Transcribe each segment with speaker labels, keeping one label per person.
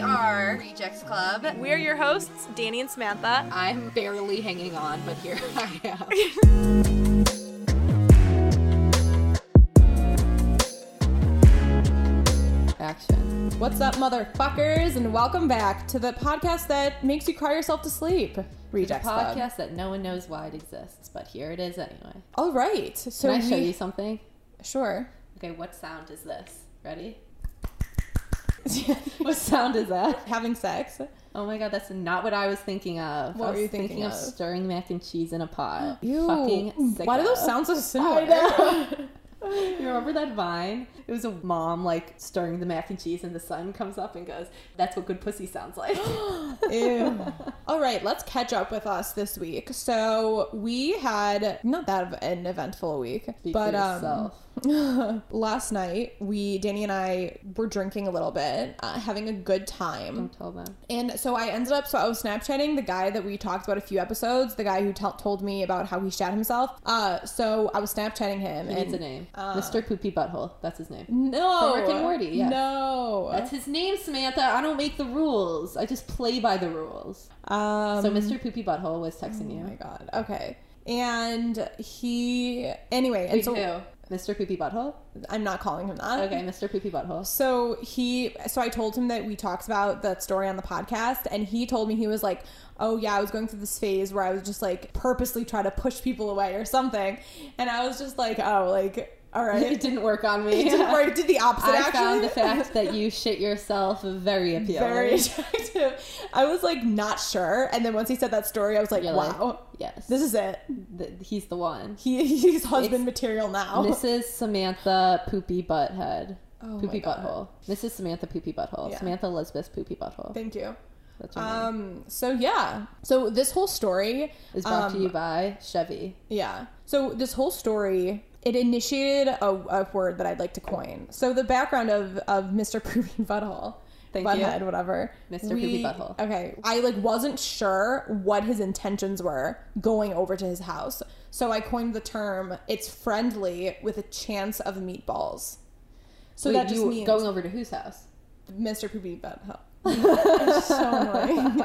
Speaker 1: are Rejects Club.
Speaker 2: We're your hosts, Danny and Samantha.
Speaker 1: I'm barely hanging on, but here I am. Action.
Speaker 3: What's up, motherfuckers, and welcome back to the podcast that makes you cry yourself to sleep, Rejects Club.
Speaker 1: Podcast that no one knows why it exists, but here it is anyway.
Speaker 3: All right, so
Speaker 1: Can I show
Speaker 3: we-
Speaker 1: you something?
Speaker 3: Sure.
Speaker 1: Okay, what sound is this? Ready? What sound is that?
Speaker 3: Having sex.
Speaker 1: Oh my god, that's not what I was thinking of.
Speaker 3: What
Speaker 1: I
Speaker 3: were
Speaker 1: was
Speaker 3: you thinking
Speaker 1: of?
Speaker 3: of?
Speaker 1: Stirring mac and cheese in a pot.
Speaker 3: Ew.
Speaker 1: Fucking sicko.
Speaker 3: Why do those sound so similar?
Speaker 1: I know. You remember that vine? It was a mom like stirring the mac and cheese, and the son comes up and goes, "That's what good pussy sounds like."
Speaker 3: Ew. All right, let's catch up with us this week. So we had not that of an eventful week,
Speaker 1: Speak for
Speaker 3: but um,
Speaker 1: yourself.
Speaker 3: last night we, Danny and I, were drinking a little bit, uh, having a good time.
Speaker 1: Don't tell them.
Speaker 3: And so I ended up, so I was Snapchatting the guy that we talked about a few episodes, the guy who tell told me about how he shat himself. Uh, so I was Snapchatting him.
Speaker 1: He
Speaker 3: and, uh,
Speaker 1: needs a name. Mr. Poopy Butthole. That's his name.
Speaker 3: No.
Speaker 1: From Rick and Morty, yes.
Speaker 3: No.
Speaker 1: That's his name, Samantha. I don't make the rules. I just play by the rules.
Speaker 3: um,
Speaker 1: So Mr. Poopy Butthole was texting
Speaker 3: Oh my
Speaker 1: you.
Speaker 3: God. Okay. And he, anyway, and
Speaker 1: Wait,
Speaker 3: so
Speaker 1: who? Mr. Poopy Butthole?
Speaker 3: I'm not calling him that.
Speaker 1: Okay, Mr. Poopy Butthole.
Speaker 3: So he, so I told him that we talked about that story on the podcast, and he told me he was like, "Oh yeah, I was going through this phase where I was just like purposely try to push people away or something," and I was just like, "Oh, like all
Speaker 1: It
Speaker 3: right."
Speaker 1: didn't work on me.
Speaker 3: He did, or he did the opposite.
Speaker 1: I
Speaker 3: actually.
Speaker 1: found the fact that you shit yourself very appealing.
Speaker 3: very attractive. I was like not sure, and then once he said that story, I was like,
Speaker 1: You're like,
Speaker 3: "Wow,
Speaker 1: yes.
Speaker 3: this is it.
Speaker 1: Th- he's the one.
Speaker 3: He, he's husband material now."
Speaker 1: Mrs. Samantha Poopy Butthead.
Speaker 3: Oh
Speaker 1: poopy
Speaker 3: my God.
Speaker 1: Butthole. Mrs. Samantha Poopy Butthole.
Speaker 3: Yeah.
Speaker 1: Samantha Elizabeth Poopy Butthole.
Speaker 3: Thank you.
Speaker 1: That's her name.
Speaker 3: Um. So yeah. So this whole story
Speaker 1: Is brought to
Speaker 3: um,
Speaker 1: you by Chevy.
Speaker 3: Yeah. So this whole story, it initiated a, a word that I'd like to coin. So the background of of Mr. Poopy Butthole.
Speaker 1: Thank you.
Speaker 3: butthead, whatever.
Speaker 1: Mr. Poopy Butthole.
Speaker 3: Okay. I like wasn't sure what his intentions were going over to his house. So I coined the term it's friendly with a chance of meatballs. So
Speaker 1: Wait,
Speaker 3: that just
Speaker 1: you
Speaker 3: means
Speaker 1: going over to whose house?
Speaker 3: Mr. Poopy Butthole. It's so annoying.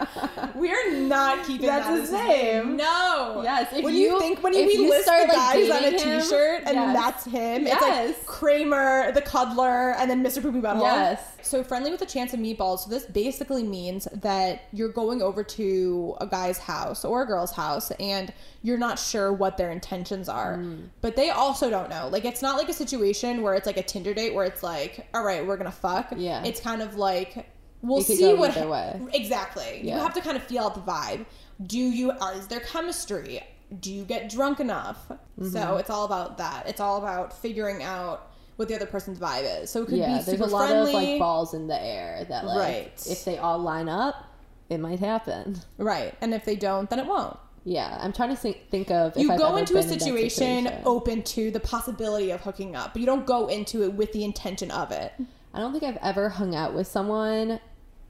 Speaker 3: We're not keeping
Speaker 1: That's
Speaker 3: that
Speaker 1: his
Speaker 3: as
Speaker 1: name.
Speaker 3: No.
Speaker 1: Yes, if
Speaker 3: when you,
Speaker 1: you-
Speaker 3: think when
Speaker 1: if
Speaker 3: we
Speaker 1: you
Speaker 3: list
Speaker 1: start,
Speaker 3: the
Speaker 1: like,
Speaker 3: guys on a
Speaker 1: dating him-
Speaker 3: T-shirt and
Speaker 1: Yes.
Speaker 3: that's him,
Speaker 1: Yes.
Speaker 3: it's like Kramer, the cuddler, and then Mr. Poopy Butthole.
Speaker 1: Yes.
Speaker 3: So friendly with a chance of meatballs. So this basically means that you're going over to a guy's house or a girl's house and you're not sure what their intentions are.
Speaker 1: Mm.
Speaker 3: But they also don't know. Like it's not like a situation where it's like a Tinder date where it's like, all right, we're gonna fuck.
Speaker 1: Yeah.
Speaker 3: It's kind of like we'll
Speaker 1: It could
Speaker 3: see
Speaker 1: go
Speaker 3: what
Speaker 1: either way.
Speaker 3: exactly. You
Speaker 1: Yeah.
Speaker 3: have to kind of feel out the vibe. Do you are is there chemistry? Do you get drunk enough? So
Speaker 1: Mm-hmm.
Speaker 3: it's all about that. It's all about figuring out what the other person's vibe is. So it could
Speaker 1: Yeah,
Speaker 3: be
Speaker 1: there's
Speaker 3: super
Speaker 1: a lot
Speaker 3: friendly.
Speaker 1: of like balls in the air that like
Speaker 3: Right.
Speaker 1: if they all line up, it might happen.
Speaker 3: Right. And if they don't, then it won't.
Speaker 1: Yeah, I'm trying to think, think of if
Speaker 3: You
Speaker 1: I've
Speaker 3: go
Speaker 1: ever
Speaker 3: into a
Speaker 1: been in that
Speaker 3: situation, oh.
Speaker 1: situation.
Speaker 3: open to the possibility of hooking up, but you don't go into it with the intention of it.
Speaker 1: I don't think I've ever hung out with someone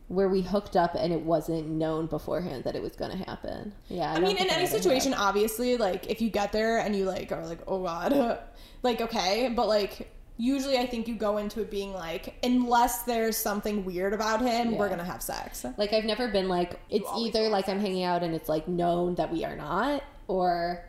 Speaker 1: where we hooked up and it wasn't known beforehand that it was going to happen. Yeah,
Speaker 3: I,
Speaker 1: don't
Speaker 3: mean, in
Speaker 1: think I
Speaker 3: any
Speaker 1: ever have.
Speaker 3: situation, obviously, like if you get there and you like are like, oh god, like okay, but like usually I think you go into it being like, unless there's something weird about him, we're
Speaker 1: Yeah.
Speaker 3: gonna have sex.
Speaker 1: Like I've never been like it's
Speaker 3: always
Speaker 1: either like I'm hanging out and it's like known that we are not, or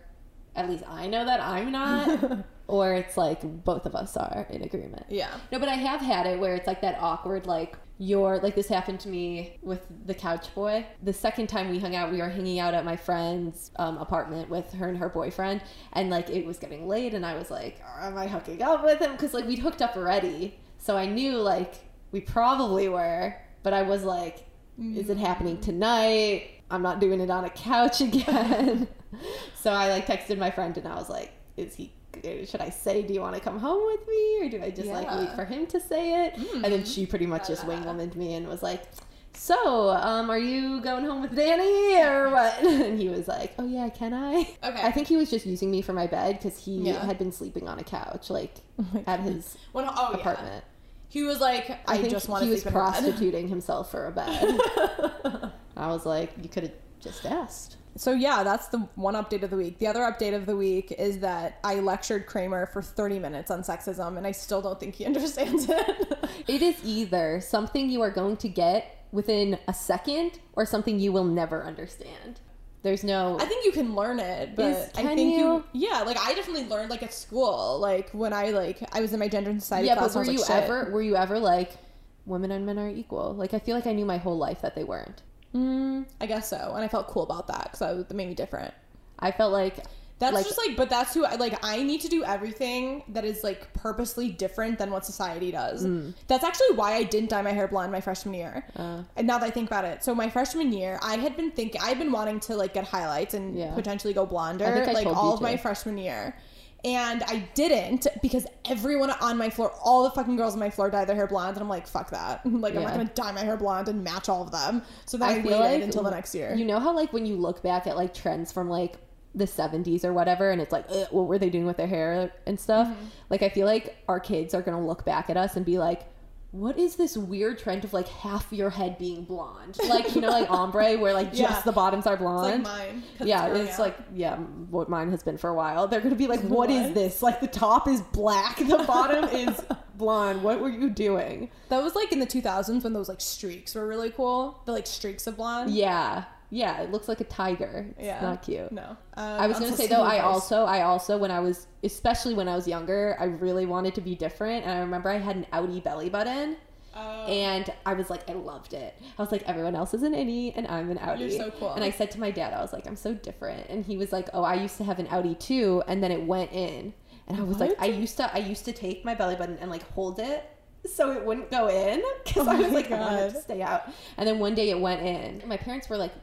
Speaker 1: at least I know that I'm not, or it's like both of us are in agreement.
Speaker 3: Yeah.
Speaker 1: No, but I have had it where it's like that awkward like you're like this happened to me with the couch boy. The second time we hung out, we were hanging out at my friend's um, apartment with her and her boyfriend, and like it was getting late, and I was like, "Am I hooking up with him?" Because like we'd hooked up already, so I knew like we probably were, but I was like, "Is it happening tonight?" I'm not doing it on a couch again. so I like texted my friend, and I was like, "Is he?" eh, Should I say, do you want to come home with me, or do I just like wait
Speaker 3: Yeah.
Speaker 1: for him to say it? And then she pretty much just wing womaned me and was like, So, um, are you going home with Danny or what? And he was like, Oh, yeah, can I?
Speaker 3: Okay.
Speaker 1: I think he was just using me for my bed because he
Speaker 3: Yeah.
Speaker 1: had been sleeping on a couch, like at his
Speaker 3: When, oh, yeah.
Speaker 1: apartment.
Speaker 3: He was like, I,
Speaker 1: I, think
Speaker 3: just want
Speaker 1: he
Speaker 3: to
Speaker 1: was
Speaker 3: sleep in a bed.
Speaker 1: prostituting himself for a bed. I was like, You could have just asked.
Speaker 3: So yeah, that's the one update of the week. The other update of the week is that I lectured Kramer for 30 minutes on sexism, and I still don't think he understands it.
Speaker 1: It is either something you are going to get within a second or something you will never understand. There's no
Speaker 3: I think you can learn it, but
Speaker 1: Is-
Speaker 3: I
Speaker 1: can
Speaker 3: think
Speaker 1: you?
Speaker 3: yeah, like I definitely learned like at school, like when I like I was in my gender and society
Speaker 1: yeah,
Speaker 3: class.
Speaker 1: but were
Speaker 3: and I
Speaker 1: you
Speaker 3: was like, "Shit."
Speaker 1: ever were you ever like women and men are equal? Like I feel like I knew my whole life that they weren't.
Speaker 3: Mm, I guess so, and I felt cool about that because that made me different.
Speaker 1: I felt like
Speaker 3: That's
Speaker 1: Like-
Speaker 3: just like, but that's who I like. I need to do everything that is like purposely different than what society does.
Speaker 1: Mm.
Speaker 3: That's actually why I didn't dye my hair blonde my freshman year.
Speaker 1: Uh.
Speaker 3: and now that I think about it, so my freshman year, I had been thinking, I had been wanting to like get highlights and
Speaker 1: Yeah.
Speaker 3: potentially go blonder,
Speaker 1: I think I
Speaker 3: like
Speaker 1: told
Speaker 3: all
Speaker 1: you
Speaker 3: of my
Speaker 1: to.
Speaker 3: freshman year. And I didn't because everyone on my floor, all the fucking girls on my floor dyed their hair blonde. And I'm like, fuck that. Like, I'm not
Speaker 1: Yeah.
Speaker 3: going to dye my hair blonde and match all of them. So then I,
Speaker 1: I
Speaker 3: waited
Speaker 1: feel like
Speaker 3: until the next year.
Speaker 1: You know how like when you look back at like trends from like the 70s or whatever and it's like "Ugh, what were they doing with their hair and stuff?
Speaker 3: Mm-hmm.
Speaker 1: Like I feel like our kids are going to look back at us and be like what is this weird trend of like half your head being blonde? Like you know like ombre where like
Speaker 3: Yeah.
Speaker 1: just the bottoms are
Speaker 3: It's like
Speaker 1: blonde.
Speaker 3: mine. 'cause
Speaker 1: yeah,
Speaker 3: growing
Speaker 1: it's
Speaker 3: out.
Speaker 1: like yeah, what mine has been for a while. They're gonna be like, what is
Speaker 3: What?
Speaker 1: this? Like the top is black, the bottom is blonde. What were you doing?
Speaker 3: That was like in the 2000s when those like streaks were really cool. The like streaks of blonde.
Speaker 1: Yeah, yeah, it looks like a tiger. It's
Speaker 3: Yeah.
Speaker 1: not cute.
Speaker 3: No. Um,
Speaker 1: I was
Speaker 3: I'm
Speaker 1: gonna
Speaker 3: so
Speaker 1: say though, I
Speaker 3: skinny, guys.
Speaker 1: also, I also, when I was, especially when I was younger, I really wanted to be different, and I remember I had an outie belly button,
Speaker 3: Oh.
Speaker 1: and I was like, I loved it. I was like, everyone else is an innie, and I'm an outie.
Speaker 3: You're so cool.
Speaker 1: And I said to my dad, I was like, I'm so different, and he was like, Oh, I used to have an outie too, and then it went in, and I was like,
Speaker 3: What?
Speaker 1: I used to, I used to take my belly button and like hold it. So it wouldn't go in because I
Speaker 3: Oh my
Speaker 1: was like, I wanted to
Speaker 3: God.
Speaker 1: stay out. And then one day it went in. My parents were like,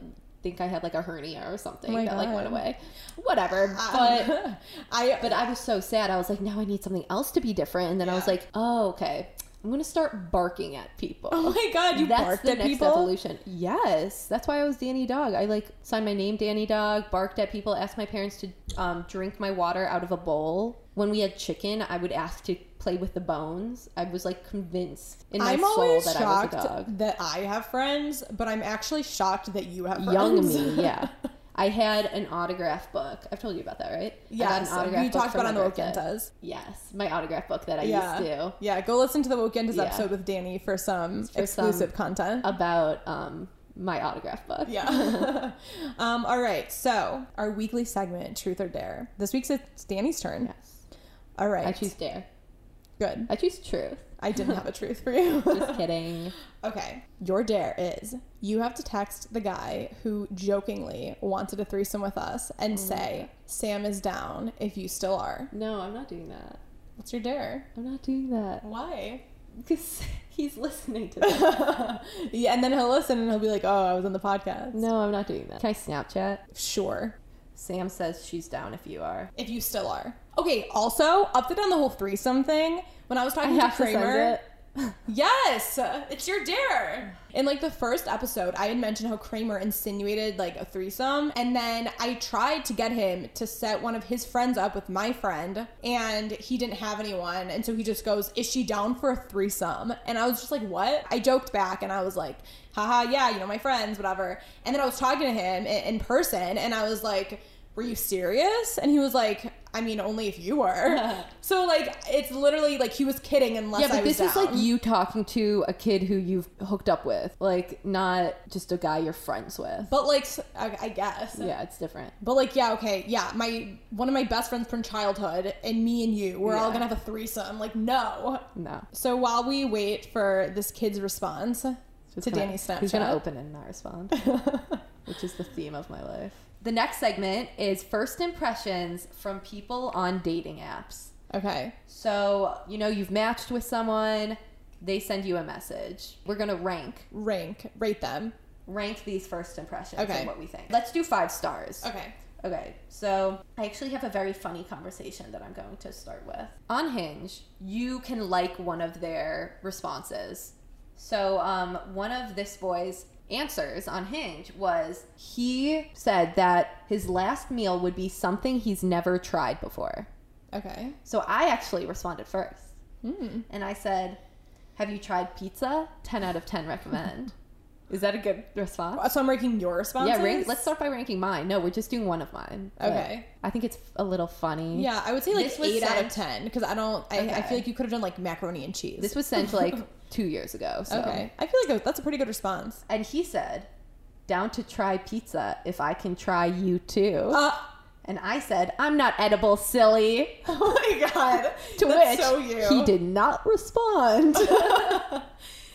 Speaker 1: think I had like a hernia or something
Speaker 3: Oh my
Speaker 1: that like went
Speaker 3: God.
Speaker 1: away. Whatever. But
Speaker 3: Um, I
Speaker 1: but I was so sad. I was like, now I need something else to be different. And then I was
Speaker 3: Yeah.
Speaker 1: like, oh okay, I'm gonna start barking at people.
Speaker 3: oh my god, you
Speaker 1: that's
Speaker 3: barked
Speaker 1: the
Speaker 3: at
Speaker 1: next
Speaker 3: people.
Speaker 1: evolution. Yes, that's why I was Danny Dog. I like signed my name Danny Dog. Barked at people. Asked my parents to um, drink my water out of a bowl. When we had chicken, I would ask to play with the bones. I was like convinced in my
Speaker 3: I'm
Speaker 1: soul
Speaker 3: always
Speaker 1: that
Speaker 3: shocked
Speaker 1: I was a dog.
Speaker 3: that I have friends, but I'm actually shocked that you have friends.
Speaker 1: young me yeah i had an autograph book i've told you about that right I had
Speaker 3: yes,
Speaker 1: an autograph
Speaker 3: you
Speaker 1: book
Speaker 3: talked
Speaker 1: for
Speaker 3: about on
Speaker 1: my
Speaker 3: the
Speaker 1: birthday.
Speaker 3: weekend does.
Speaker 1: yes my autograph book that i
Speaker 3: Yeah,
Speaker 1: used to
Speaker 3: yeah. Go listen to the weekend
Speaker 1: Yeah.
Speaker 3: episode with Danny for some
Speaker 1: For some-
Speaker 3: exclusive content.
Speaker 1: about um my autograph book
Speaker 3: yeah. um, all right. So our weekly segment, Truth or Dare. This week's it's Danny's turn.
Speaker 1: yes
Speaker 3: All right.
Speaker 1: i choose dare
Speaker 3: Good.
Speaker 1: i choose truth
Speaker 3: I didn't have a truth for you.
Speaker 1: just kidding
Speaker 3: Okay. Your dare is you have to text the guy who jokingly wanted a threesome with us
Speaker 1: Oh
Speaker 3: and say, Sam is down if you still are.
Speaker 1: no i'm not doing that
Speaker 3: What's your dare?
Speaker 1: i'm not doing that
Speaker 3: Why?
Speaker 1: because he's listening to this
Speaker 3: yeah, and then he'll listen and he'll be like, oh, I was on the podcast.
Speaker 1: no i'm not doing that can i snapchat
Speaker 3: Sure.
Speaker 1: sam says she's down if you are
Speaker 3: If you still are. Okay, also, update on the whole threesome thing. When I was
Speaker 1: i
Speaker 3: talking to
Speaker 1: have to
Speaker 3: Kramer.
Speaker 1: send it
Speaker 3: Yes, uh, it's your dare. In like the first episode, I had mentioned how Kramer insinuated like a threesome, and then I tried to get him to set one of his friends up with my friend, and he didn't have anyone, and so he just goes, "Is she down for a threesome?" And I was just like, "What?" I joked back, and I was like, "Haha, yeah, you know my friends, whatever." And then I was talking to him i- in person, and I was like were you serious? And he was like, I mean, only if you were. so like, it's literally like he was kidding unless
Speaker 1: yeah,
Speaker 3: I
Speaker 1: but
Speaker 3: was
Speaker 1: this is like
Speaker 3: down.
Speaker 1: you talking to a kid who you've hooked up with, like not just a guy you're friends with.
Speaker 3: But like, s- I, I guess.
Speaker 1: Yeah, it's different.
Speaker 3: But like, yeah, okay, yeah. My one of my best friends from childhood, and me and you, we're all
Speaker 1: Yeah.
Speaker 3: gonna have a threesome. Like, no.
Speaker 1: No.
Speaker 3: So while we wait for this kid's response to
Speaker 1: Gonna-
Speaker 3: Danny's Snapchat,
Speaker 1: He's gonna open it and not respond, which is the theme of my life. The next segment is first impressions from people on dating apps.
Speaker 3: Okay.
Speaker 1: So you know you've matched with someone, they send you a message. We're gonna rank
Speaker 3: Rank, rate them.
Speaker 1: rank these first impressions
Speaker 3: Okay.
Speaker 1: and what we think. Let's do five stars.
Speaker 3: Okay.
Speaker 1: Okay, so I actually have a very funny conversation that I'm going to start with. On Hinge, you can like one of their responses. So, um, one of this boy's answers on Hinge was he said that his last meal would be something he's never tried before.
Speaker 3: Okay. hmm.
Speaker 1: So, I actually responded first. And I said, Have you tried pizza? 10 out of 10 recommend. Is that a good response?
Speaker 3: So I'm ranking your responses.
Speaker 1: Yeah, rank, let's start by ranking mine. No, we're just doing one of mine. but
Speaker 3: Okay.
Speaker 1: I think it's a little funny.
Speaker 3: Yeah, I would say like
Speaker 1: This was
Speaker 3: eight out
Speaker 1: sent-
Speaker 3: of ten because I don't. I, I
Speaker 1: Okay.
Speaker 3: feel like you could have done like macaroni and cheese.
Speaker 1: This was sent like two years ago. So.
Speaker 3: Okay. I feel like that's a pretty good response.
Speaker 1: And he said, down to try pizza if I can try you too.
Speaker 3: Uh,
Speaker 1: and I said, I'm not edible, silly.
Speaker 3: oh my god.
Speaker 1: To
Speaker 3: that's
Speaker 1: which
Speaker 3: so you.
Speaker 1: he did not respond.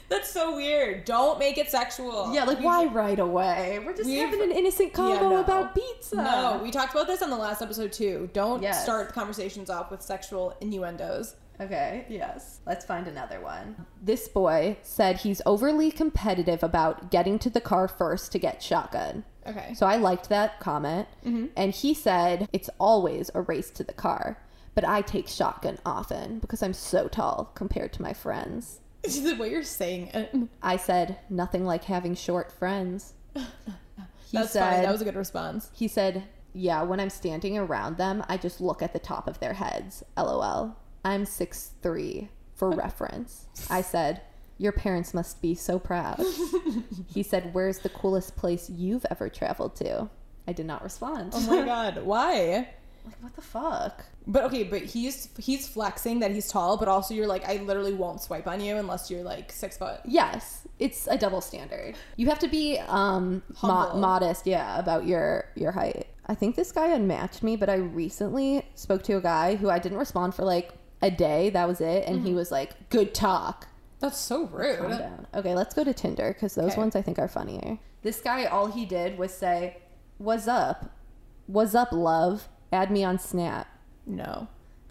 Speaker 3: That's so weird. Don't make it sexual.
Speaker 1: yeah, like
Speaker 3: We-
Speaker 1: why right away? We're just
Speaker 3: We've-
Speaker 1: having an innocent combo
Speaker 3: no.
Speaker 1: about pizza.
Speaker 3: No, we talked about this on the last episode too. Don't
Speaker 1: Yes.
Speaker 3: start conversations off with sexual innuendos.
Speaker 1: Okay, yes. Let's find another one. This boy said he's overly competitive about getting to the car first to get shotgun.
Speaker 3: Okay. Mm-hmm.
Speaker 1: So I liked that comment. And he said, It's always a race to the car, but I take shotgun often because I'm so tall compared to my friends.
Speaker 3: the way you're saying it.
Speaker 1: I said, Nothing like having short friends. He
Speaker 3: That's
Speaker 1: said,
Speaker 3: fine. That was a good response.
Speaker 1: He said, Yeah, when I'm standing around them, I just look at the top of their heads. LOL. I'm 6'3 for reference. I said, Your parents must be so proud. he said, Where's the coolest place you've ever traveled to? I did not respond.
Speaker 3: Oh my god. Why?
Speaker 1: Like, what the fuck?
Speaker 3: But okay, but he's he's flexing that he's tall, but also you're like, I literally won't swipe on you unless you're like six foot.
Speaker 1: Yes, it's a double standard. You have to be um mo-
Speaker 3: Humble.
Speaker 1: modest, yeah, about your your height. I think this guy unmatched me, but I recently spoke to a guy who I didn't respond for like a day. That was it, and he was like, "Good talk."
Speaker 3: That's so rude.
Speaker 1: Calm down. Okay, let's go to Tinder because those
Speaker 3: Okay.
Speaker 1: ones I think are funnier. This guy, all he did was say, "What's up? What's up, love? Add me on Snap."
Speaker 3: No.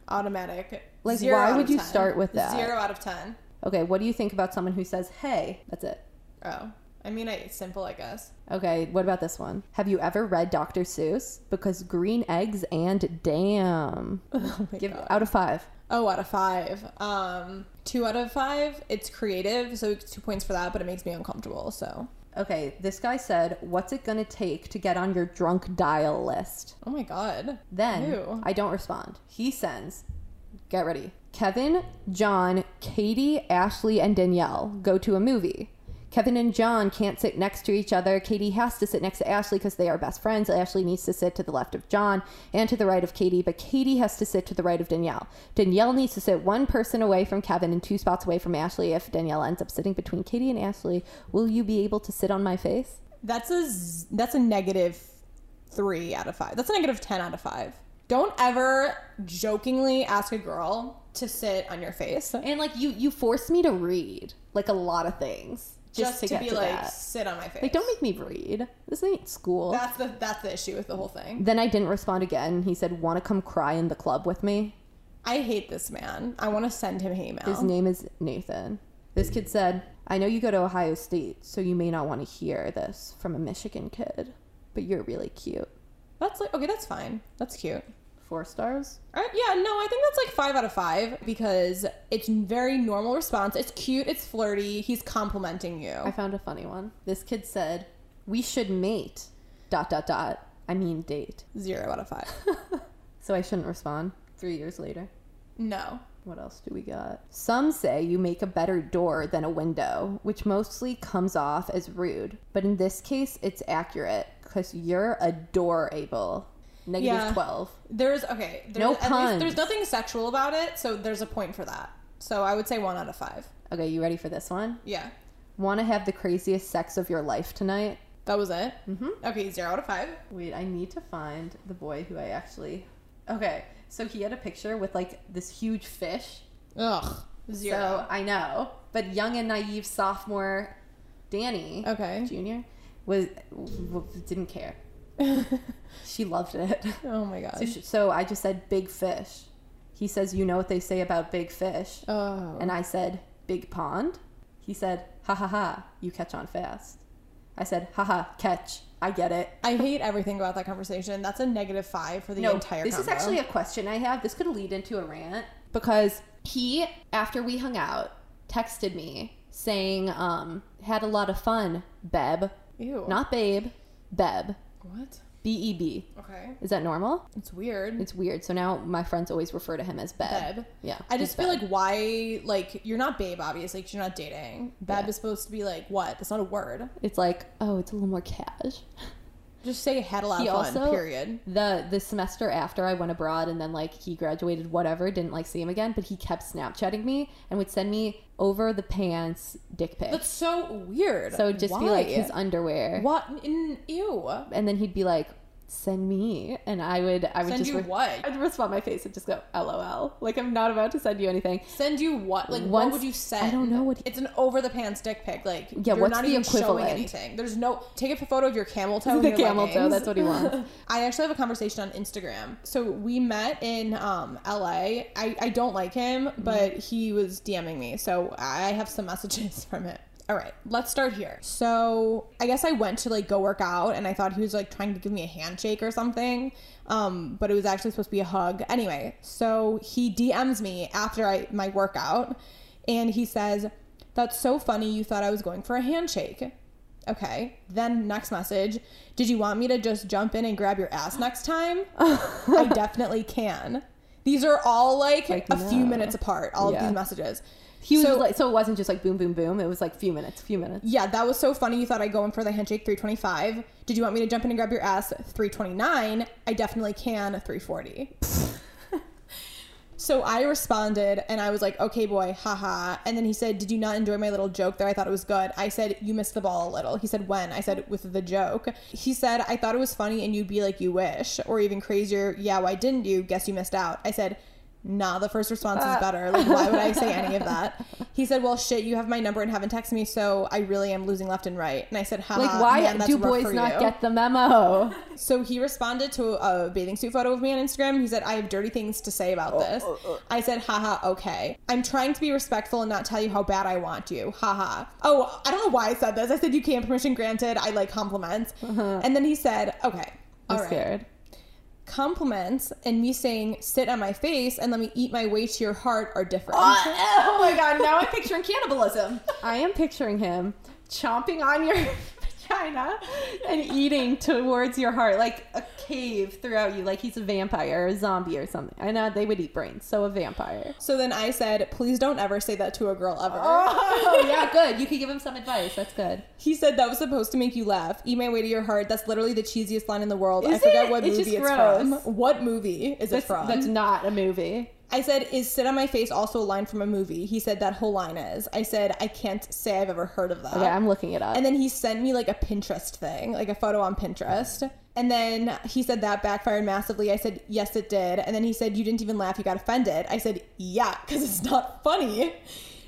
Speaker 3: Automatic.
Speaker 1: Like,
Speaker 3: Zero
Speaker 1: why
Speaker 3: out
Speaker 1: would
Speaker 3: of
Speaker 1: you
Speaker 3: 10.
Speaker 1: start with that?
Speaker 3: Zero out of ten.
Speaker 1: Okay, what do you think about someone who says, "Hey"? That's it.
Speaker 3: Oh. I mean I, it's simple, I guess.
Speaker 1: Okay, what about this one? Have you ever read Dr. Seuss? Because green eggs and damn.
Speaker 3: Oh my
Speaker 1: Give
Speaker 3: god.
Speaker 1: out of five.
Speaker 3: Oh, out of five. Um, two out of five. It's creative, so it's two points for that, but it makes me uncomfortable. So,
Speaker 1: Okay, this guy said, What's it gonna take to get on your drunk dial list?
Speaker 3: oh my god.
Speaker 1: Then
Speaker 3: Ew.
Speaker 1: I don't respond. He sends, Get ready. Kevin, John, Katie, Ashley, and Danielle go to a movie. Kevin and John can't sit next to each other. Katie has to sit next to Ashley because they are best friends. Ashley needs to sit to the left of John and to the right of Katie, but Katie has to sit to the right of Danielle. Danielle needs to sit one person away from Kevin and two spots away from Ashley. If Danielle ends up sitting between Katie and Ashley, will you be able to sit on my face?
Speaker 3: That's a z- that's a negative three out of five. That's a negative ten out of five. Don't ever jokingly ask a girl to sit on your face
Speaker 1: And like you, you forced me to read like a lot of things just,
Speaker 3: just,
Speaker 1: to,
Speaker 3: to,
Speaker 1: get
Speaker 3: be
Speaker 1: to
Speaker 3: like
Speaker 1: that.
Speaker 3: sit on my face.
Speaker 1: Like, don't make me read. This ain't school.
Speaker 3: that's the that's the issue with the whole thing.
Speaker 1: then I didn't respond again. He said, "Want to come cry in the club with me?"
Speaker 3: I hate this man. I want to send him hate mail.
Speaker 1: His name is Nathan. This kid said, "I know you go to Ohio State, so you may not want to hear this from a Michigan kid, but you're really cute."
Speaker 3: that's like okay. That's fine. That's cute.
Speaker 1: Four stars.
Speaker 3: Uh, yeah, no, I think that's like five out of five because it's very normal response. It's cute, it's flirty. He's complimenting you.
Speaker 1: I found a funny one. This kid said, "We should mate." Dot dot dot. I mean date.
Speaker 3: Zero out of five.
Speaker 1: So I shouldn't respond. Three years later.
Speaker 3: no.
Speaker 1: What else do we got? Some say you make a better door than a window, which mostly comes off as rude. But in this case, it's accurate because you're adorable. Negative
Speaker 3: Yeah.
Speaker 1: 12.
Speaker 3: There's okay. There's,
Speaker 1: No
Speaker 3: at least-
Speaker 1: puns.
Speaker 3: there's nothing sexual about it, so there's a point for that. So I would say one out of five.
Speaker 1: Okay, you ready for this one?
Speaker 3: Yeah.
Speaker 1: Want to have the craziest sex of your life tonight?
Speaker 3: That was it. Mm-hmm. Okay, zero out of five.
Speaker 1: Wait, I need to find the boy who I actually. Okay, so he had a picture with like this huge fish.
Speaker 3: Ugh.
Speaker 1: So
Speaker 3: Zero.
Speaker 1: I know. But young and naive sophomore Danny.
Speaker 3: okay.
Speaker 1: Junior was w- w- didn't care. She loved it.
Speaker 3: oh my
Speaker 1: So,
Speaker 3: god.
Speaker 1: she, so I just said big fish. He says, "You know what they say about big fish,"
Speaker 3: Oh.
Speaker 1: and I said, "Big pond." He said, "Ha ha ha! You catch on fast." I said, "Ha ha! Catch! I get it."
Speaker 3: I hate everything about that conversation. That's a negative five for the
Speaker 1: no,
Speaker 3: entire.
Speaker 1: this is
Speaker 3: combo.
Speaker 1: actually a question I have. This could lead into a rant because he, after we hung out, texted me saying, um, "Had a lot of fun, Beb.
Speaker 3: ew.
Speaker 1: Not babe, Beb."
Speaker 3: what?
Speaker 1: B E B.
Speaker 3: Okay.
Speaker 1: Is that normal?
Speaker 3: It's weird.
Speaker 1: It's weird. So now my friends always refer to him as Beb.
Speaker 3: Beb.
Speaker 1: Yeah.
Speaker 3: I just
Speaker 1: he's
Speaker 3: feel
Speaker 1: Beb.
Speaker 3: like why like you're not babe obviously 'cause you're not dating. Babe
Speaker 1: Yeah.
Speaker 3: is supposed to be like what? That's not a word.
Speaker 1: it's like, oh, it's a little more cash.
Speaker 3: Just say head allowed
Speaker 1: he
Speaker 3: fun,
Speaker 1: also
Speaker 3: period.
Speaker 1: the the semester after I went abroad and then like he graduated whatever didn't like see him again but he kept snapchatting me and would send me over the pants dick pics
Speaker 3: That's so weird.
Speaker 1: so it'd just be like his underwear
Speaker 3: What? In, ew.
Speaker 1: and then he'd be like send me and I would I would
Speaker 3: Send
Speaker 1: just
Speaker 3: you
Speaker 1: re-
Speaker 3: what?
Speaker 1: I'd respond my face and just go lol like I'm not about to send you anything
Speaker 3: Send you what? Like, what
Speaker 1: Once-
Speaker 3: would you send?
Speaker 1: I don't know what he-
Speaker 3: it's an over the pants dick pic. Like,
Speaker 1: Yeah,
Speaker 3: you're
Speaker 1: what's
Speaker 3: not
Speaker 1: the
Speaker 3: even showing
Speaker 1: equivalent?
Speaker 3: anything. There's no. Take a photo of your camel toe. and
Speaker 1: the
Speaker 3: your
Speaker 1: camel toe,
Speaker 3: leggings.
Speaker 1: that's what he wants.
Speaker 3: I actually have a conversation on Instagram. So we met in um, LA. I, I don't like him, but he was DMing me. So I have some messages from it. All right, let's start here. So I guess I went to like go work out and I thought he was like trying to give me a handshake or something. Um, but it was actually supposed to be a hug. Anyway, so he DMs me after I my workout and he says, That's so funny you thought I was going for a handshake. Okay. Then next message, did you want me to just jump in and grab your ass next time? I definitely can. These are all like,
Speaker 1: Like,
Speaker 3: a few
Speaker 1: no.
Speaker 3: minutes apart, all of
Speaker 1: Yeah.
Speaker 3: these messages.
Speaker 1: he was
Speaker 3: So-
Speaker 1: like so it wasn't just like boom boom boom it was like few minutes few minutes
Speaker 3: Yeah, that was so funny. You thought I'd go in for the handshake 325. Did you want me to jump in and grab your ass 329? I definitely can 340. so I responded and I was like, okay, boy, haha. And then he said, Did you not enjoy my little joke there? I thought it was good. I said, You missed the ball a little. He said, When? I said, With the joke. He said, I thought it was funny and you'd be like, You wish. Or even crazier, Yeah, why didn't you? Guess you missed out. I said, Nah, the first response
Speaker 1: Uh.
Speaker 3: is better. Like, why would I say any of that? He said, Well, shit, you have my number and haven't texted me, so I really am losing left and right. And I said, Haha.
Speaker 1: like why
Speaker 3: man, that's
Speaker 1: do
Speaker 3: rough
Speaker 1: boys
Speaker 3: for
Speaker 1: not
Speaker 3: you."
Speaker 1: get the memo
Speaker 3: So he responded to a bathing suit photo of me on Instagram. He said, I have dirty things to say
Speaker 1: Oh,
Speaker 3: about this. I said, haha, okay. I'm trying to be respectful and not tell you how bad I want you. Haha. Oh, I don't know why I said this. I said, you can, permission granted. I like compliments. And then he said, okay.
Speaker 1: Uh-huh. I'm
Speaker 3: all right."
Speaker 1: scared
Speaker 3: Compliments and me saying, sit on my face and let me eat my way to your heart are different.
Speaker 1: oh my god, now I'm picturing cannibalism. I am picturing him chomping on your vagina and eating towards your heart like a cave throughout you, like he's a vampire or a zombie or something. I know they would eat brains, so a vampire.
Speaker 3: So then I said, please don't ever say that to a girl ever.
Speaker 1: Oh, yeah, good. You could give him some advice. That's good.
Speaker 3: He said that was supposed to make you laugh. Eat my way to your heart. That's literally the cheesiest line in the world. I
Speaker 1: Is
Speaker 3: forgot
Speaker 1: it?
Speaker 3: what
Speaker 1: It's
Speaker 3: movie
Speaker 1: just
Speaker 3: it's
Speaker 1: gross.
Speaker 3: from. What movie is
Speaker 1: That's,
Speaker 3: it from?
Speaker 1: that's not a movie.
Speaker 3: I said, "Is sit on my face also a line from a movie?" He said that whole line is. I said, "I can't say I've ever heard of that."
Speaker 1: Okay, I'm looking it up.
Speaker 3: and then he sent me like a Pinterest thing, like a photo on Pinterest. And then he said that backfired massively. I said, yes, it did. And then he said, you didn't even laugh, you got offended. I said, yeah, because it's not funny.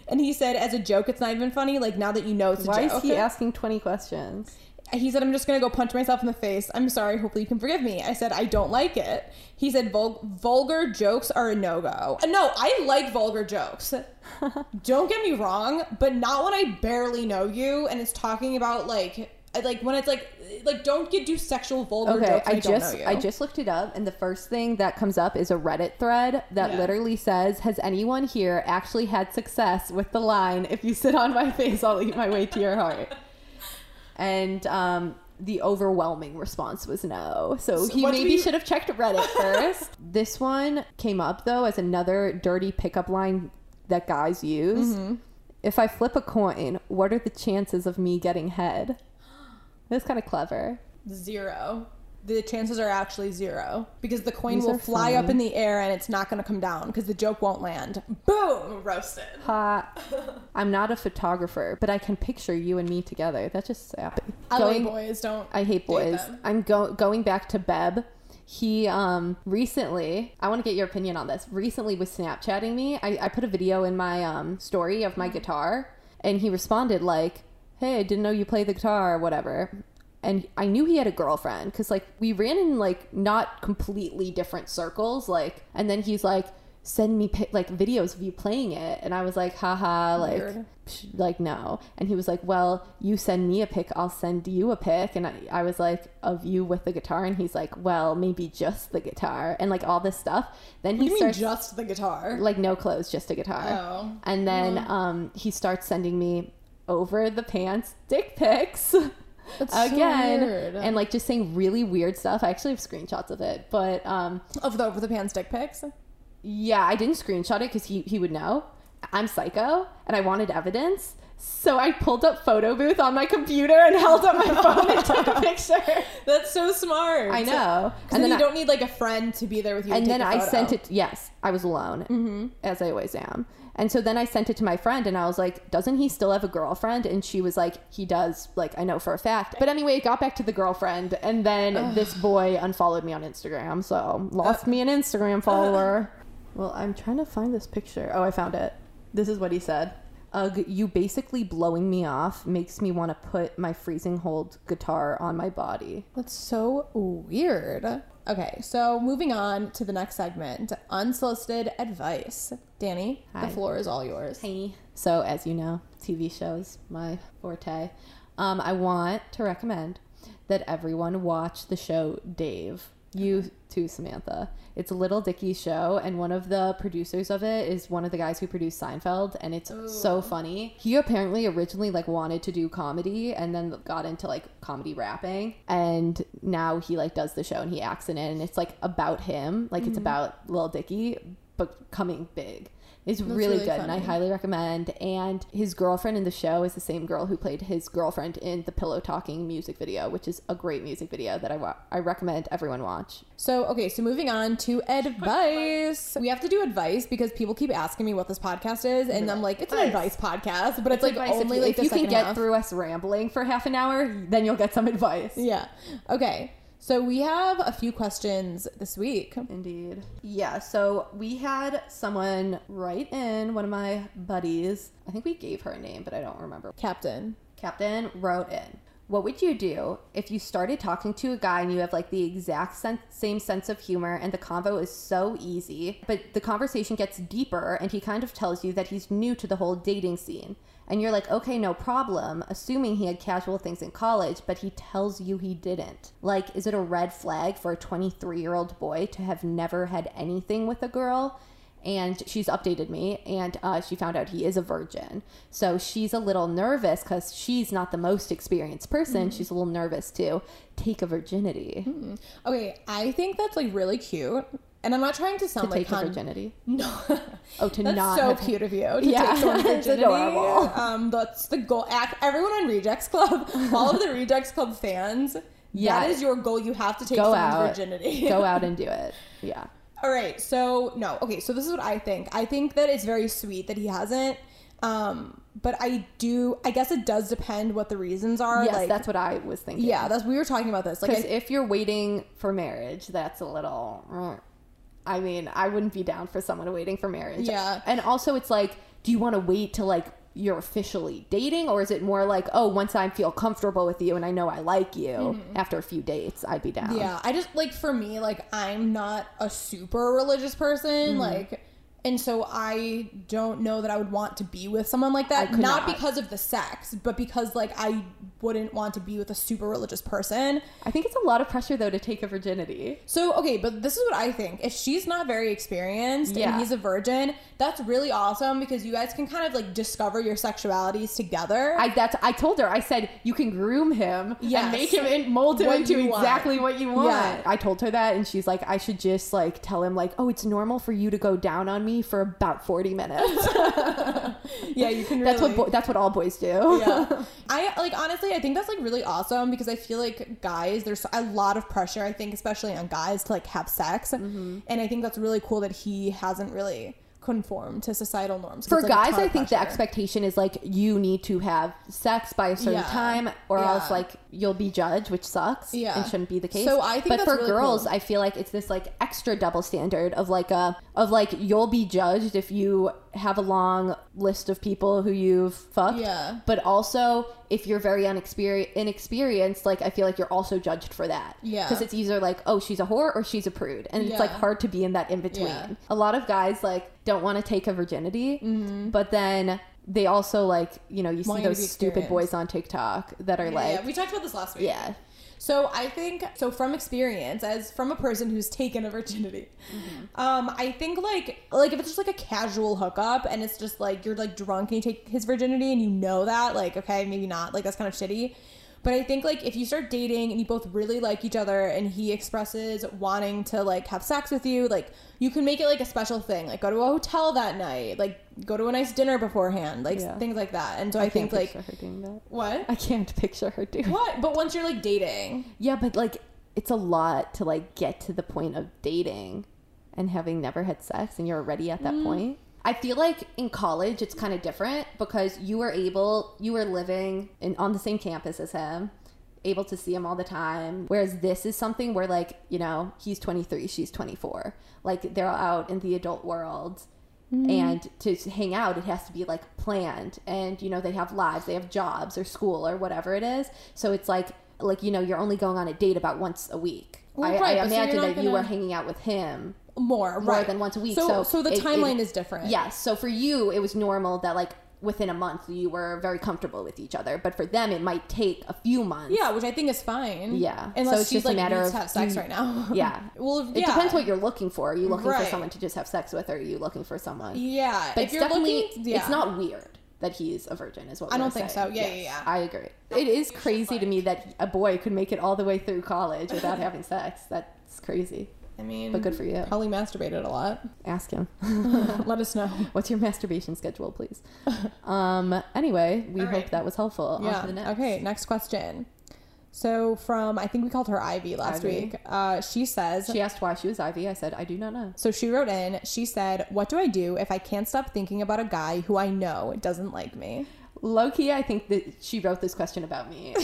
Speaker 3: And he said, as a joke, it's not even funny. Like, now that you know it's a
Speaker 1: Why
Speaker 3: joke.
Speaker 1: is he asking 20 questions?
Speaker 3: He said, I'm just going to go punch myself in the face. I'm sorry. Hopefully you can forgive me. I said, I don't like it. He said, Vul- vulgar jokes are a no go. No, I like vulgar jokes. don't get me wrong, but not when I barely know you and it's talking about like, I- like when it's like, like don't get do sexual vulgar
Speaker 1: Okay,
Speaker 3: jokes. when
Speaker 1: I
Speaker 3: I, don't
Speaker 1: just
Speaker 3: know you.
Speaker 1: I just looked it up, and the first thing that comes up is a Reddit thread that
Speaker 3: Yeah.
Speaker 1: literally says, "Has anyone here actually had success with the line? If you sit on my face, I'll eat my way to your heart." And um, the overwhelming response was no. So, he
Speaker 3: what do
Speaker 1: maybe
Speaker 3: we-
Speaker 1: should have checked Reddit first. this one came up though as another dirty pickup line that guys use.
Speaker 3: Mm-hmm.
Speaker 1: If I flip a coin, what are the chances of me getting head? That's kind of clever.
Speaker 3: zero. The chances are actually zero because the coin
Speaker 1: These
Speaker 3: will
Speaker 1: are
Speaker 3: fly up
Speaker 1: funny.
Speaker 3: in the air and it's not going to come down because the joke won't land. Boom, roasted.
Speaker 1: hot. I'm not a photographer, but I can picture you and me together. That's just sappy.
Speaker 3: LA
Speaker 1: Going,
Speaker 3: boys don't.
Speaker 1: I hate boys.
Speaker 3: them.
Speaker 1: I'm go- going back to Beb. He um recently, I want to get your opinion on this. Recently was Snapchatting me. I, I put a video in my um story of
Speaker 3: Mm.
Speaker 1: my guitar, and he responded like, "Hey, I didn't know you play the guitar or whatever." And I knew he had a girlfriend because like we ran in like not completely different circles. Like, and then he's like, "Send me pic- like videos of you playing it," and I was like, "Haha!" Like,
Speaker 3: Weird.
Speaker 1: psh, like no and he was like well you send me a pic i'll send you a pic and I, I was like of you with the guitar and he's like well maybe just the guitar and like all this stuff then he
Speaker 3: You mean
Speaker 1: starts
Speaker 3: just the guitar?
Speaker 1: like no clothes just a guitar
Speaker 3: Oh.
Speaker 1: and then um he starts sending me over the pants dick pics
Speaker 3: That's so
Speaker 1: again
Speaker 3: weird.
Speaker 1: and like just saying really weird stuff i actually have screenshots of it but um
Speaker 3: Of the over the pan stick pics?
Speaker 1: yeah, I didn't screenshot it because he, he would know. I'm psycho and I wanted evidence. So I pulled up photo booth on my computer and held up my phone and took a picture.
Speaker 3: That's so smart.
Speaker 1: I know.
Speaker 3: And then, you
Speaker 1: I-
Speaker 3: don't need like a friend to be there with you. to
Speaker 1: and
Speaker 3: take
Speaker 1: then
Speaker 3: a
Speaker 1: I sent
Speaker 3: photo. Mm-hmm.
Speaker 1: it. Yes, I was alone, as I always am. And so then I sent it to my friend, and I was like, "Doesn't he still have a girlfriend?" And she was like, "He does. Like I know for a fact." But anyway, it got back to the girlfriend, and then this boy unfollowed me on Instagram, so
Speaker 3: Uh,
Speaker 1: lost me an Instagram follower. well, I'm trying to find this picture. Oh, I found it. This is what he said. Ugh, you basically blowing me off makes me want to put my freezing hold guitar on my body.
Speaker 3: That's so weird. Okay, so moving on to the next segment, unsolicited advice. Danny,
Speaker 1: Hi.
Speaker 3: the floor is all yours.
Speaker 1: So, as you know, TV shows, my forte. Um, I want to recommend that everyone watch the show Dave. You too, Samantha. It's a Little Dicky show, and one of the producers of it is one of the guys who produced Seinfeld, and it's so funny. He apparently originally like wanted to do comedy, and then got into like comedy rapping, and now he like does the show and he acts in it, and it's like about him, like it's about Little Dicky becoming big. It's really,
Speaker 3: really
Speaker 1: good, and I
Speaker 3: funny.
Speaker 1: highly recommend. And his girlfriend in the show is the same girl who played his girlfriend in the Pillow Talking music video, which is a great music video that I wa- I recommend everyone watch.
Speaker 3: So, okay, so moving on to advice. We have to do advice because people keep asking me what this podcast is, and I'm like, it's an advice podcast, but it's, like
Speaker 1: Advice,
Speaker 3: only
Speaker 1: if you,
Speaker 3: like
Speaker 1: if
Speaker 3: the
Speaker 1: you can
Speaker 3: second
Speaker 1: get
Speaker 3: half.
Speaker 1: through us rambling for half an hour, then you'll get some advice.
Speaker 3: Yeah. Okay. So we have a few questions this week.
Speaker 1: Indeed. Yeah, so we had someone write in, one of my buddies. I think we gave her a name, but I don't remember.
Speaker 3: Captain.
Speaker 1: Captain wrote in, What would you do if you started talking to a guy and you have like the exact sen- same sense of humor and the convo is so easy, but the conversation gets deeper and he kind of tells you that he's new to the whole dating scene? And you're like, okay, no problem, assuming he had casual things in college, but he tells you he didn't. Like, is it a red flag for a 23 year old boy to have never had anything with a girl? and she's updated me and uh, she found out he is a virgin so she's a little nervous because she's not the most experienced person
Speaker 3: Mm-hmm.
Speaker 1: she's a little nervous to take a virginity
Speaker 3: Okay, I think that's like really cute. And I'm not trying to sound
Speaker 1: to
Speaker 3: like
Speaker 1: take a
Speaker 3: con-
Speaker 1: virginity
Speaker 3: No.
Speaker 1: oh to
Speaker 3: That's
Speaker 1: not
Speaker 3: so
Speaker 1: have-
Speaker 3: cute of you. To
Speaker 1: Yeah,
Speaker 3: take someone's
Speaker 1: it's
Speaker 3: virginity.
Speaker 1: adorable.
Speaker 3: Um, that's the goal. Ac- Everyone on Rejects Club, all of the Rejects Club fans,
Speaker 1: Yeah.
Speaker 3: that is your goal. You have to take
Speaker 1: go
Speaker 3: someone's
Speaker 1: out
Speaker 3: virginity.
Speaker 1: go out and do it yeah
Speaker 3: All right, so no, okay, so this is what I think. I think that it's very sweet that he hasn't. Um, but I do. I guess it does depend what the reasons are.
Speaker 1: yes
Speaker 3: like,
Speaker 1: that's what i was thinking
Speaker 3: yeah, that's we were talking about this. Like,
Speaker 1: because
Speaker 3: I,
Speaker 1: if you're waiting for marriage that's a little uh, i mean i wouldn't be down for someone waiting for marriage
Speaker 3: Yeah.
Speaker 1: and also it's like do you want to wait till like you're officially dating or is it more like oh once i feel comfortable with you and i know i like you after a few dates i'd be down
Speaker 3: Mm-hmm. yeah, I just like for me, like I'm not a super religious person,
Speaker 1: Mm-hmm.
Speaker 3: like, and so I don't know that I would want to be with someone like that.
Speaker 1: I could
Speaker 3: not,
Speaker 1: not.
Speaker 3: because of the sex, but because like I wouldn't want to be with a super religious person.
Speaker 1: i think it's a lot of pressure though to take a virginity
Speaker 3: So okay, but this is what I think. If she's not very experienced
Speaker 1: Yeah.
Speaker 3: and he's a virgin, that's really awesome because you guys can kind of like discover your sexualities together.
Speaker 1: I that's I told her I said you can groom him and
Speaker 3: Yes.
Speaker 1: make him in, mold him
Speaker 3: What
Speaker 1: into
Speaker 3: you want.
Speaker 1: exactly what you want.
Speaker 3: Yeah.
Speaker 1: I told her that and she's like I should just like tell him like oh it's normal for you to go down on me for about 40 minutes.
Speaker 3: yeah, you can. Really,
Speaker 1: that's what bo- that's what all boys do.
Speaker 3: yeah. I like honestly, I think that's like really awesome because I feel like guys, there's a lot of pressure. I think especially on guys to like have sex,
Speaker 1: Mm-hmm.
Speaker 3: and I think that's really cool that he hasn't really conformed to societal norms.
Speaker 1: For
Speaker 3: It's, like, a
Speaker 1: guys,
Speaker 3: ton
Speaker 1: I
Speaker 3: of
Speaker 1: think the
Speaker 3: pressure.
Speaker 1: expectation is like you need to have sex by a certain
Speaker 3: Yeah.
Speaker 1: time, or
Speaker 3: Yeah.
Speaker 1: else like you'll be judged, which sucks
Speaker 3: Yeah.
Speaker 1: and shouldn't be the case.
Speaker 3: So I think
Speaker 1: but
Speaker 3: that's
Speaker 1: for
Speaker 3: really
Speaker 1: girls,
Speaker 3: cool.
Speaker 1: I feel like it's this like extra double standard of like a of like you'll be judged if you have a long list of people who you've fucked,
Speaker 3: Yeah.
Speaker 1: But also if you're very unexperi inexperienced, like I feel like you're also judged for that,
Speaker 3: Yeah.
Speaker 1: Because it's either like oh she's a whore or she's a prude, and it's like
Speaker 3: Yeah.
Speaker 1: hard to be in that in between.
Speaker 3: Yeah.
Speaker 1: A lot of guys like don't want to take a virginity, but then they also like you know you
Speaker 3: Mm-hmm.
Speaker 1: see
Speaker 3: Want you to be
Speaker 1: those stupid
Speaker 3: experienced.
Speaker 1: boys on TikTok that are like
Speaker 3: yeah, we talked about this last week.
Speaker 1: yeah.
Speaker 3: So I think so from experience, as from a person who's taken a virginity,
Speaker 1: Mm-hmm.
Speaker 3: um, I think like like if it's just like a casual hookup and it's just like you're like drunk and you take his virginity and you know that like okay maybe not like that's kind of shitty. But I think like if you start dating and you both really like each other and he expresses wanting to like have sex with you, like you can make it like a special thing. Like go to a hotel that night, like go to a nice dinner beforehand, like
Speaker 1: Yeah.
Speaker 3: things like that. And so
Speaker 1: I
Speaker 3: I,
Speaker 1: can't
Speaker 3: think like
Speaker 1: picture her doing that.
Speaker 3: what?
Speaker 1: I can't picture her doing.
Speaker 3: What? But once you're like dating,
Speaker 1: Yeah, but like it's a lot to like get to the point of dating and having never had sex and you're already at that point. I feel like in college it's kind of different because you were able you were living in on the same campus as him, able to see him all the time. Whereas this is something where like, you know, he's 23, she's 24. Like they're out in the adult world.
Speaker 3: Mm-hmm.
Speaker 1: And to hang out, it has to be like planned. And, you know, they have lives, they have jobs or school or whatever it is. So it's like, like, you know, you're only going on a date about once a week.
Speaker 3: Well,
Speaker 1: I,
Speaker 3: right,
Speaker 1: I
Speaker 3: but so you're
Speaker 1: imagine
Speaker 3: not
Speaker 1: that you were
Speaker 3: gonna-
Speaker 1: hanging out with him
Speaker 3: more,
Speaker 1: more
Speaker 3: right?
Speaker 1: than once a week.
Speaker 3: So
Speaker 1: So,
Speaker 3: so the
Speaker 1: it- it-
Speaker 3: timeline is different.
Speaker 1: Yes. So for you, it was normal that like within a month you were very comfortable with each other. But for them, it might take a few months.
Speaker 3: Yeah, which I think is fine.
Speaker 1: Yeah. So
Speaker 3: Unless
Speaker 1: it's
Speaker 3: she's
Speaker 1: just a
Speaker 3: like
Speaker 1: matter
Speaker 3: needs
Speaker 1: of
Speaker 3: to have sex
Speaker 1: you-
Speaker 3: right now.
Speaker 1: Yeah.
Speaker 3: well,
Speaker 1: It
Speaker 3: yeah.
Speaker 1: depends what you're looking for. Are you looking for
Speaker 3: Right.
Speaker 1: someone to just have sex with? Or are you looking for someone?
Speaker 3: Yeah.
Speaker 1: But
Speaker 3: if
Speaker 1: it's
Speaker 3: you're
Speaker 1: definitely
Speaker 3: looking, yeah.
Speaker 1: it's not weird that he's a virgin is what
Speaker 3: I
Speaker 1: we
Speaker 3: don't
Speaker 1: were
Speaker 3: think
Speaker 1: saying.
Speaker 3: so. Yeah, yeah, yeah.
Speaker 1: I agree. It is crazy to me that a boy could make it all the way through college without having sex. That's crazy.
Speaker 3: I mean,
Speaker 1: But good for you.
Speaker 3: Probably masturbated a lot.
Speaker 1: Ask him.
Speaker 3: Let us know.
Speaker 1: What's your masturbation schedule, please? Um anyway, we
Speaker 3: All right.
Speaker 1: hope that was helpful. On to the next.
Speaker 3: Okay, next question. So from I think we called her Ivy last
Speaker 1: Ivy.
Speaker 3: week. Uh, she says
Speaker 1: She asked why she was Ivy. I said I do not know.
Speaker 3: so she wrote in, she said, What do I do if I can't stop thinking about a guy who I know doesn't like me?
Speaker 1: Low key, I think that she wrote this question about me.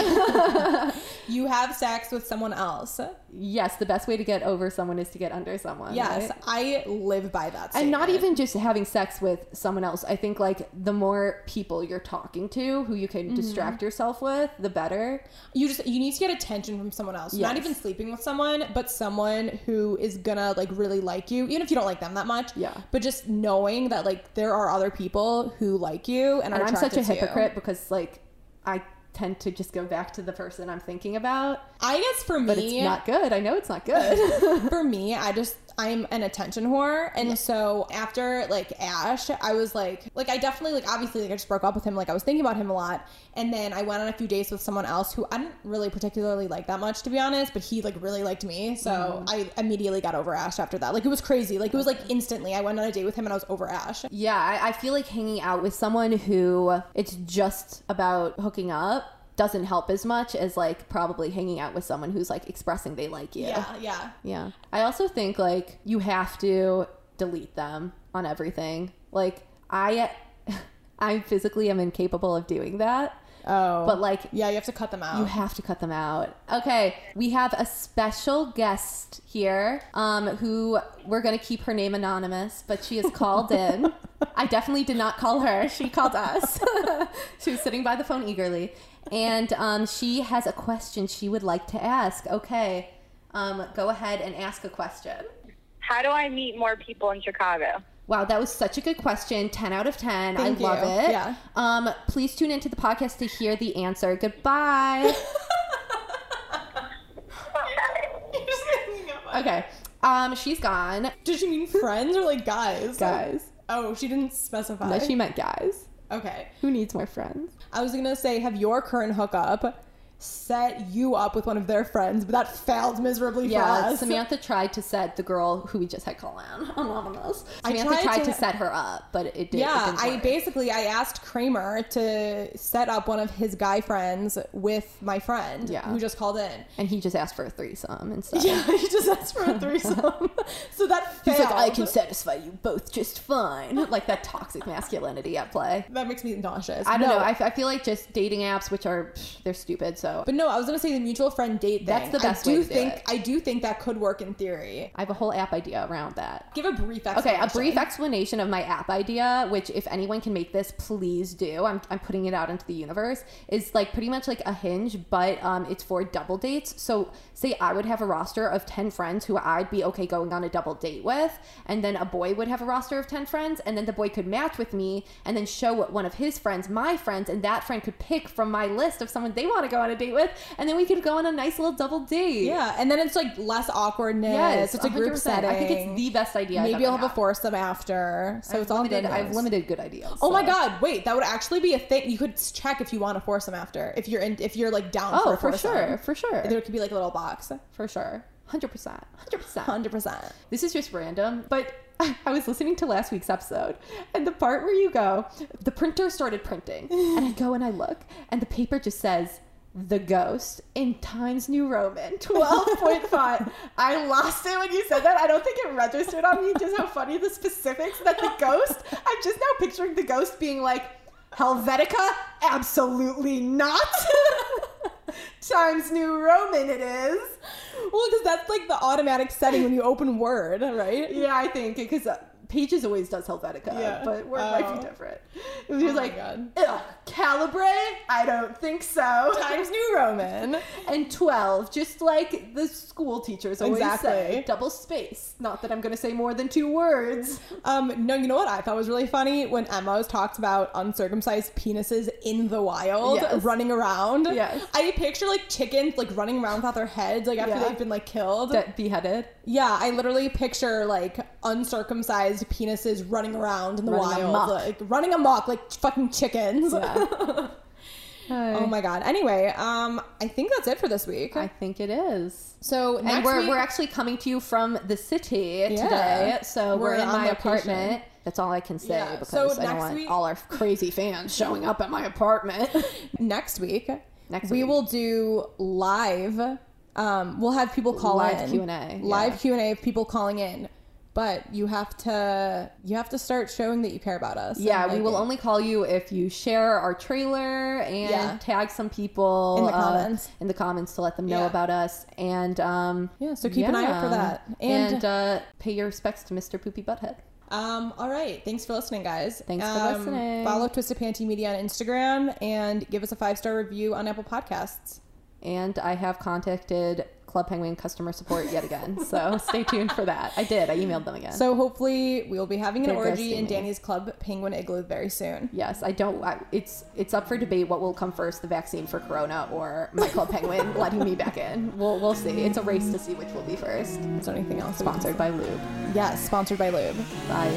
Speaker 3: You have sex with someone else.
Speaker 1: yes, the best way to get over someone is to get under someone.
Speaker 3: Yes,
Speaker 1: right?
Speaker 3: I live by that.
Speaker 1: and not
Speaker 3: statement.
Speaker 1: even just having sex with someone else i think like the more people you're talking to who you can distract yourself with the better
Speaker 3: you just you need to get attention from someone else. Not
Speaker 1: Yes.
Speaker 3: even sleeping with someone, but someone who is gonna like really like you, even if you don't like them that much.
Speaker 1: Yeah.
Speaker 3: But just knowing that like there are other people who like you and,
Speaker 1: and
Speaker 3: are
Speaker 1: i'm such a
Speaker 3: attracted to you.
Speaker 1: hypocrite because like i tend to just go back to the person i'm thinking about
Speaker 3: I guess for me,
Speaker 1: but it's not good i know it's not good
Speaker 3: for me, I just I'm an attention whore, and so after like Ash, I was like, like I definitely like obviously like I just broke up with him, like I was thinking about him a lot, and then I went on a few dates with someone else who I didn't really particularly like that much to be honest, but he like really liked me, so I immediately got over Ash after that. Like it was crazy, like it was like instantly. I went on a date with him and I was over Ash.
Speaker 1: yeah I, I feel like hanging out with someone who it's just about hooking up doesn't help as much as like probably hanging out with someone who's like expressing they like you
Speaker 3: Yeah, yeah.
Speaker 1: Yeah. I also think like you have to delete them on everything. Like I I physically am incapable of doing that,
Speaker 3: Oh,
Speaker 1: but like
Speaker 3: yeah, you have to cut them out.
Speaker 1: you have to cut them out. Okay, we have a special guest here um who we're going to keep her name anonymous, but she has called in. I definitely did not call her. She called us. she was sitting by the phone eagerly and um she has a question she would like to ask. Okay. Um, go ahead and ask a question.
Speaker 4: How do I meet more people in Chicago?
Speaker 1: Wow, that was such a good question. 10 out of 10.
Speaker 3: Thank
Speaker 1: I
Speaker 3: you.
Speaker 1: love it.
Speaker 3: Yeah.
Speaker 1: Um, please tune into the podcast to hear the answer. Goodbye. okay. Um, she's gone.
Speaker 3: Did you mean friends or like guys?
Speaker 1: Guys.
Speaker 3: Oh, she didn't specify.
Speaker 1: No, she meant guys.
Speaker 3: okay.
Speaker 1: Who needs more friends?
Speaker 3: I was gonna say, have your current hookup set you up with one of their friends, but that failed miserably for
Speaker 1: Yeah,
Speaker 3: us.
Speaker 1: Samantha tried to set the girl who we just had call on anonymous.
Speaker 3: I
Speaker 1: Samantha
Speaker 3: tried
Speaker 1: tried, to,
Speaker 3: to-
Speaker 1: set her up, but it did.
Speaker 3: yeah,
Speaker 1: it didn't
Speaker 3: I
Speaker 1: work.
Speaker 3: basically I asked Kramer to set up one of his guy friends with my friend
Speaker 1: Yeah.
Speaker 3: who just called in.
Speaker 1: and he just asked for a threesome and stuff.
Speaker 3: Yeah, he just asked for a threesome. so that failed.
Speaker 1: He's like, I can satisfy you both just fine. Like that toxic masculinity at play.
Speaker 3: that makes me nauseous.
Speaker 1: I don't
Speaker 3: No.
Speaker 1: know. I, f- I feel like just dating apps, which are psh, they're stupid. So
Speaker 3: but no, I was gonna say the mutual friend date. Thing.
Speaker 1: That's the best
Speaker 3: I do
Speaker 1: way to do
Speaker 3: think
Speaker 1: it.
Speaker 3: I do think that could work in theory.
Speaker 1: I have a whole app idea around that.
Speaker 3: Give a brief
Speaker 1: Okay,
Speaker 3: explanation.
Speaker 1: a brief explanation of my app idea, which if anyone can make this, please do. I'm, I'm putting it out into the universe. Is like pretty much like a hinge, but um, it's for double dates. So say I would have a roster of ten friends who I'd be okay going on a double date with, and then a boy would have a roster of ten friends, and then the boy could match with me, and then show what one of his friends, my friends, and that friend could pick from my list of someone they want to go on a date with, and then we could go on a nice little double date.
Speaker 3: Yeah, and then it's like less awkwardness.
Speaker 1: Yes,
Speaker 3: it's a group
Speaker 1: 100%.
Speaker 3: setting.
Speaker 1: I think it's the best idea.
Speaker 3: Maybe I'll
Speaker 1: I'll
Speaker 3: have a foursome after. So it's all
Speaker 1: limited.
Speaker 3: good.
Speaker 1: I've
Speaker 3: news.
Speaker 1: limited good ideas.
Speaker 3: Oh my
Speaker 1: so.
Speaker 3: god! Wait, that would actually be a thing. You could s- check if you want a foursome after. If you're in, if you're like down.
Speaker 1: Oh,
Speaker 3: for,
Speaker 1: for
Speaker 3: a foursome.
Speaker 1: sure, for sure,
Speaker 3: There could be like a little box.
Speaker 1: for sure, hundred percent, hundred percent.
Speaker 3: Hundred percent.
Speaker 1: This is just random, but I was listening to last week's episode, and the part where you go, the printer started printing, and I go and I look, and the paper just says, the ghost in Times New Roman, 12 point font. I lost it when you said that. I don't think it registered on me just how funny the specifics that the ghost, I'm just now picturing the ghost being like, Helvetica? Absolutely not. Times New Roman, it is.
Speaker 3: Well, because that's like the automatic setting when you open Word, right?
Speaker 1: Yeah, I think because Pages always does Helvetica,
Speaker 3: Yeah.
Speaker 1: but Word might be
Speaker 3: Oh.
Speaker 1: different. It was just
Speaker 3: my
Speaker 1: like,
Speaker 3: God.
Speaker 1: "Ugh, calibrate? I don't think so.
Speaker 3: Times New Roman.
Speaker 1: and 12, just like the school teachers always say,
Speaker 3: Exactly.
Speaker 1: double space. Not that I'm going to say more than two words.
Speaker 3: Um, no, you know what I thought was really funny when Emma was talked about uncircumcised penises in the wild
Speaker 1: Yes.
Speaker 3: running around.
Speaker 1: Yes.
Speaker 3: I picture like chickens like running around without their heads like after
Speaker 1: Yeah.
Speaker 3: they've been like killed.
Speaker 1: That beheaded.
Speaker 3: yeah, I literally picture like uncircumcised penises running around in the
Speaker 1: Running
Speaker 3: wild,
Speaker 1: amok.
Speaker 3: like running amok like fucking chickens. oh my god. Anyway, um, I think that's it for this week.
Speaker 1: I think it is.
Speaker 3: so next
Speaker 1: and we're,
Speaker 3: week,
Speaker 1: we're actually coming to you from the city
Speaker 3: Yeah.
Speaker 1: today. So we're,
Speaker 3: We're
Speaker 1: in
Speaker 3: on
Speaker 1: my
Speaker 3: location.
Speaker 1: apartment. That's all I can say
Speaker 3: Yeah,
Speaker 1: because
Speaker 3: so
Speaker 1: I don't
Speaker 3: next
Speaker 1: want
Speaker 3: week-
Speaker 1: all our crazy fans showing up at my apartment.
Speaker 3: next week,
Speaker 1: Next
Speaker 3: we
Speaker 1: week.
Speaker 3: will do live. Um, we'll have people call
Speaker 1: Live
Speaker 3: in.
Speaker 1: Q&A,
Speaker 3: Live
Speaker 1: yeah.
Speaker 3: Q and A of people calling in, but you have to you have to start showing that you care about us.
Speaker 1: yeah,
Speaker 3: and
Speaker 1: we
Speaker 3: like
Speaker 1: will
Speaker 3: it.
Speaker 1: only call you if you share our trailer and
Speaker 3: Yeah.
Speaker 1: tag some people
Speaker 3: In the
Speaker 1: uh,
Speaker 3: comments.
Speaker 1: in the comments to let them know
Speaker 3: Yeah.
Speaker 1: about us. And um,
Speaker 3: Yeah, so keep an eye out for that.
Speaker 1: And,
Speaker 3: And-
Speaker 1: uh, pay your respects to Mr. Poopy Butthead.
Speaker 3: Um, all right. Thanks for listening, guys.
Speaker 1: Thanks for
Speaker 3: Um,
Speaker 1: listening.
Speaker 3: Follow Twisted Panty Media on Instagram and give us a five star review on Apple Podcasts.
Speaker 1: And I have contacted Club Penguin customer support yet again. so stay tuned for that. I did. I emailed them again.
Speaker 3: So hopefully we'll be having an
Speaker 1: They're
Speaker 3: orgy
Speaker 1: ghosting
Speaker 3: in
Speaker 1: me.
Speaker 3: Danny's Club Penguin Igloo very soon.
Speaker 1: Yes, I don't. I, it's it's up for debate what will come first: the vaccine for corona or my club penguin letting me back in. We'll we'll see. It's a race to see which will be first.
Speaker 3: Is there anything else?
Speaker 1: Sponsored by Lube.
Speaker 3: Yes, sponsored by Lube.
Speaker 1: Bye.